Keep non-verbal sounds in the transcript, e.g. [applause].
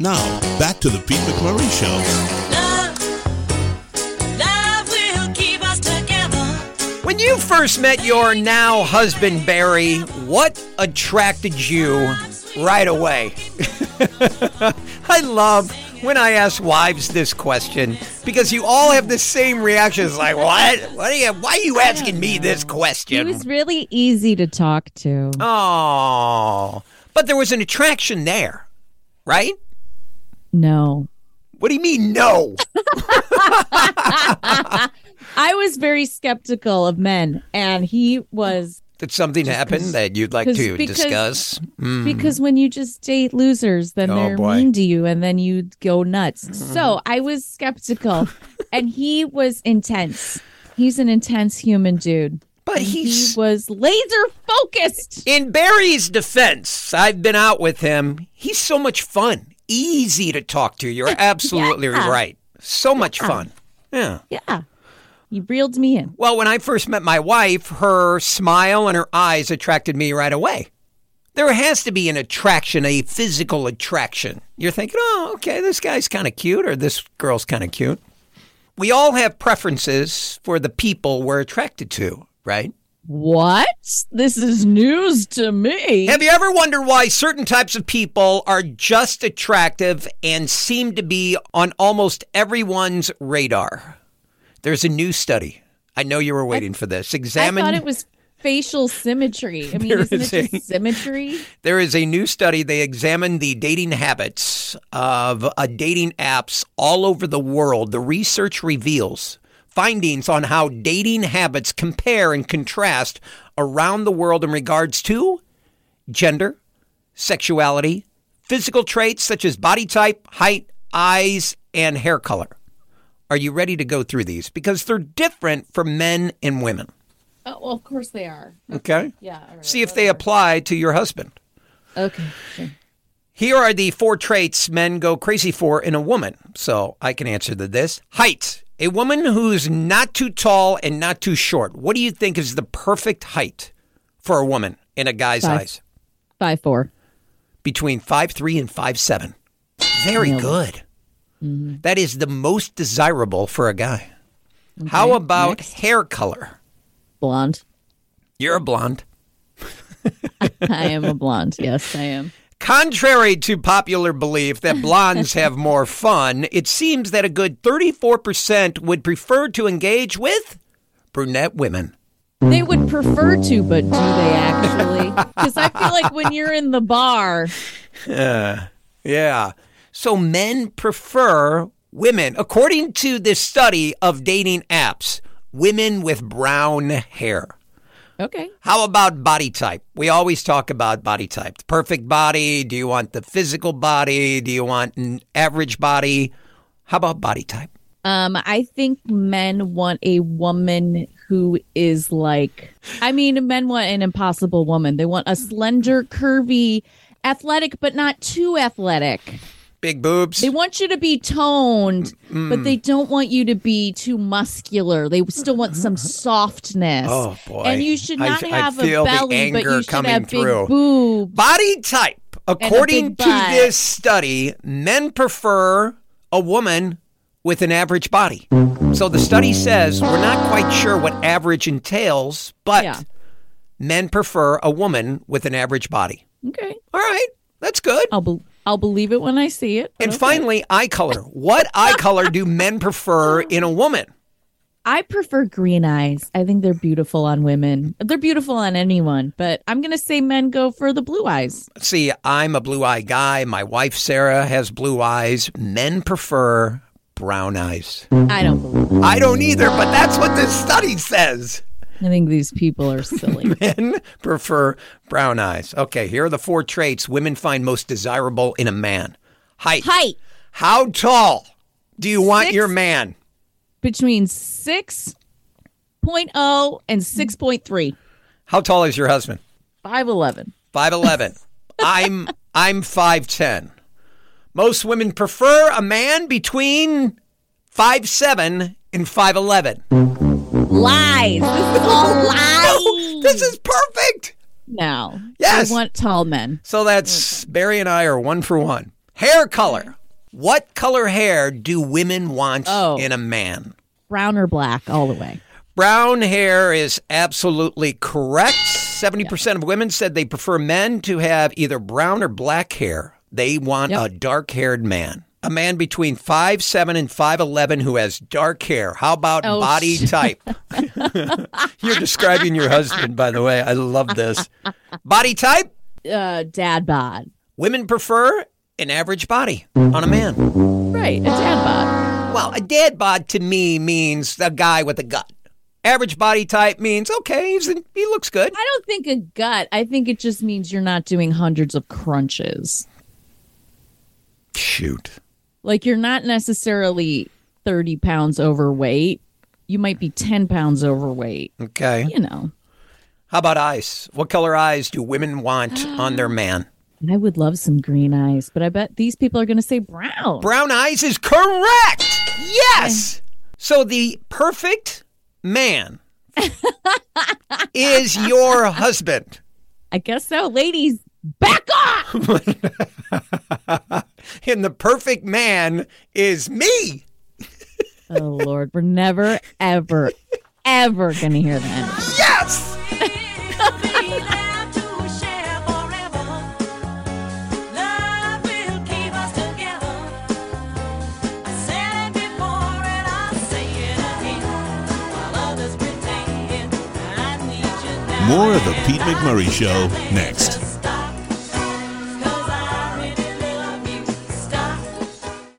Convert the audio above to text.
Now, back to the Pete McMurray Show. When you first met your now husband, Barry, what attracted you right away? [laughs] I love when I ask wives this question because you all have the same reaction. It's like, what? What are you, why are you asking me this He question? was really easy to talk to. Oh, but there was an attraction there, right? No. What do you mean, no? I was very skeptical of men, and he was Did something happen that you'd like 'cause- to because- discuss? Mm. because when you just date losers, then Oh, they're boy. mean to you, and then you [laughs] go nuts. So I was skeptical, and he was intense. He's an intense human dude. But And he's. he was laser focused. In Barry's defense, I've been out with him. He's so much fun, easy to talk to. You're absolutely Yeah. right. So much fun. Yeah. Yeah, he reeled me in. Well, when I first met my wife, her smile and her eyes attracted me right away. There has to be an attraction, a physical attraction. You're thinking, oh, okay, this guy's kind of cute or this girl's kind of cute. We all have preferences for the people we're attracted to, right? What? This is news to me. Have you ever wondered why certain types of people are just attractive and seem to be on almost everyone's radar? There's a new study. I know you were waiting for this. Examine. I thought it was facial symmetry. I mean, There isn't is it a- just symmetry? There is a new study. They examined the dating habits of uh, dating apps all over the world. The research reveals findings on how dating habits compare and contrast around the world in regards to gender, sexuality, physical traits such as body type, height, eyes, and hair color. Are you ready to go through these? Because they're different for men and women. Oh, well, of course they are. Okay. Yeah. All right. See if they apply to your husband. Okay. Sure. Here are the four traits men go crazy for in a woman. So I can answer to this. Height. A woman who's not too tall and not too short. What do you think is the perfect height for a woman in a guy's Five. eyes? Five four. Between five three and five seven. Very good. That is the most desirable for a guy. How about hair color? Blonde. You're a blonde. I am a [laughs] blonde. Yes, I am. Contrary to popular belief that blondes have more fun, it seems that a good 34% would prefer to engage with brunette women. They would prefer to, but do [laughs] they actually? Because I feel like when you're in the bar, Yeah. So men prefer women. According to this study of dating apps, women with brown hair. okay, How about body type? We always talk about body type. The perfect body. Do you want the physical body? Do you want an average body? How about body type? um, I think men want a woman who is like, I mean, men want an impossible woman. They want a slender, curvy, athletic, but not too athletic. Big boobs. They want you to be toned, but they don't want you to be too muscular. They still want some softness. Oh, boy. And you should I- not I have feel a the belly, but anger you should coming have big through. boobs. Body type. According big to butt. this study, men prefer a woman with an average body. So the study says we're not quite sure what average entails, but Yeah. men prefer a woman with an average body. Okay, All right, that's good. I'll be- I'll believe it when I see it. and Okay. finally, eye color. [laughs] What eye color do men prefer in a woman? I prefer green eyes. I think they're beautiful on women. They're beautiful on anyone, but I'm gonna say men go for the blue eyes. See, I'm a blue eye guy. My wife, Sarah, has blue eyes. Men prefer brown eyes. I don't believe. It. I don't either, but that's what this study says. I think these people are silly. men [laughs] prefer brown eyes. Okay, here are the four traits women find most desirable in a man height. [laughs] Height How tall do you want Six. your man? between six point oh and six point three. How tall is your husband? Five eleven. [laughs] 5'11. I'm I'm 5'10. Most women prefer a man between 5'7 and 5'11. Lies. This is [laughs] all lies. This is perfect. No. Yes. They want tall men. So that's Barry and I are one for one. Hair color. What color hair do women want Oh. in a man? Brown or black, all the way. Brown hair is absolutely correct. 70% of women said they prefer men to have either brown or black hair. They want Yep. a dark haired man. A man between 5'7 and 5'11 who has dark hair. How about Oh, body shit. [laughs] type? You're describing your husband, by the way. I love this. Body type? Uh, dad bod. Women prefer an average body on a man. Right, a dad bod. Well, a dad bod to me means a guy with a gut. Average body type means okay, he's, he looks good. I don't think a gut. I think it just means you're not doing hundreds of crunches. Shoot. Like you're not necessarily 30 pounds overweight. You might be 10 pounds overweight. Okay. You know, How about eyes? What color eyes do women want on their man? I would love some green eyes, but I bet these people are going to say brown. Brown eyes is correct. Yes. So the perfect man is your husband. I guess so. Ladies, back off. And the perfect man is me. oh, Lord. We're never, ever, ever going to hear the end. of it. Yes. More of The Pete McMurray Show next.